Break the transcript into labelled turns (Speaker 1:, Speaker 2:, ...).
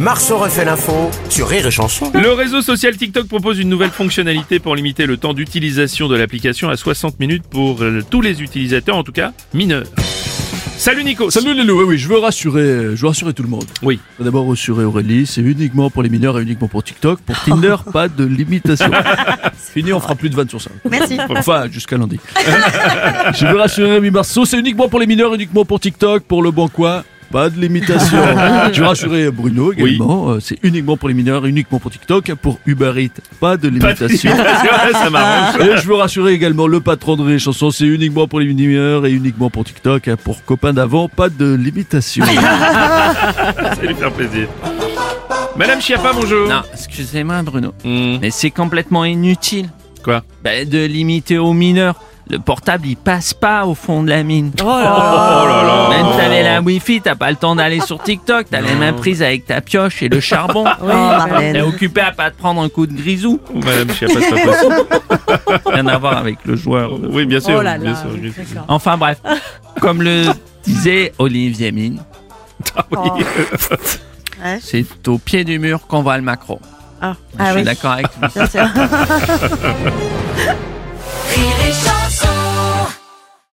Speaker 1: Marceau refait l'info sur Rire et Chanson.
Speaker 2: Le réseau social TikTok propose une nouvelle fonctionnalité pour limiter le temps d'utilisation de l'application à 60 minutes pour euh, tous les utilisateurs, en tout cas mineurs. Salut Nico
Speaker 3: Salut les loups, oui, oui, je veux rassurer, je veux rassurer tout le monde.
Speaker 2: Oui.
Speaker 3: Je veux D'abord rassurer Aurélie, c'est uniquement pour les mineurs et uniquement pour TikTok. Pour Tinder, pas de limitation. Fini, on fera plus de 20 sur ça.
Speaker 4: Merci.
Speaker 3: Enfin, jusqu'à lundi. je veux rassurer Rémi Marceau, c'est uniquement pour les mineurs, uniquement pour TikTok, pour le bon coin. Pas de limitation. Je veux rassurer Bruno également, euh, c'est uniquement pour les mineurs, uniquement pour TikTok, pour Uber Eats, pas de
Speaker 2: Pas de-
Speaker 3: limitation.
Speaker 2: Ça m'arrange.
Speaker 3: Et je veux rassurer également le patron de Rire et Chanson, c'est uniquement pour les mineurs et uniquement pour TikTok. hein, Pour copains d'avant, pas de limitation.
Speaker 2: Ça lui faire plaisir. Madame Chiappa, bonjour.
Speaker 5: Non, excusez-moi Bruno,
Speaker 2: Hmm,
Speaker 5: mais c'est complètement inutile
Speaker 2: quoi
Speaker 5: bah, de limiter aux mineurs. Le portable, il passe pas au fond de la mine. Oh là là Même t'avais la Wi-Fi, t'as pas le temps d'aller sur TikTok, t'as les mains prises avec ta pioche et le charbon.
Speaker 4: Oh, Marlène.
Speaker 5: T'es occupé à pas te prendre un coup de grisou.
Speaker 2: Oh, Madame Chiappa, c'est pas possible.
Speaker 5: Rien à voir avec le joueur.
Speaker 2: Oui, bien sûr.
Speaker 6: Oh là
Speaker 2: bien
Speaker 6: là,
Speaker 2: sûr,
Speaker 6: oui,
Speaker 2: bien sûr.
Speaker 6: d'accord.
Speaker 5: Enfin bref, comme le disait Olivier Mine,
Speaker 4: Ouais.
Speaker 5: c'est au pied du mur qu'on voit le macro.
Speaker 4: Ah,
Speaker 5: Je
Speaker 4: ah
Speaker 5: suis
Speaker 4: oui,
Speaker 5: d'accord avec lui.
Speaker 4: bien sûr.
Speaker 7: Rire et chanson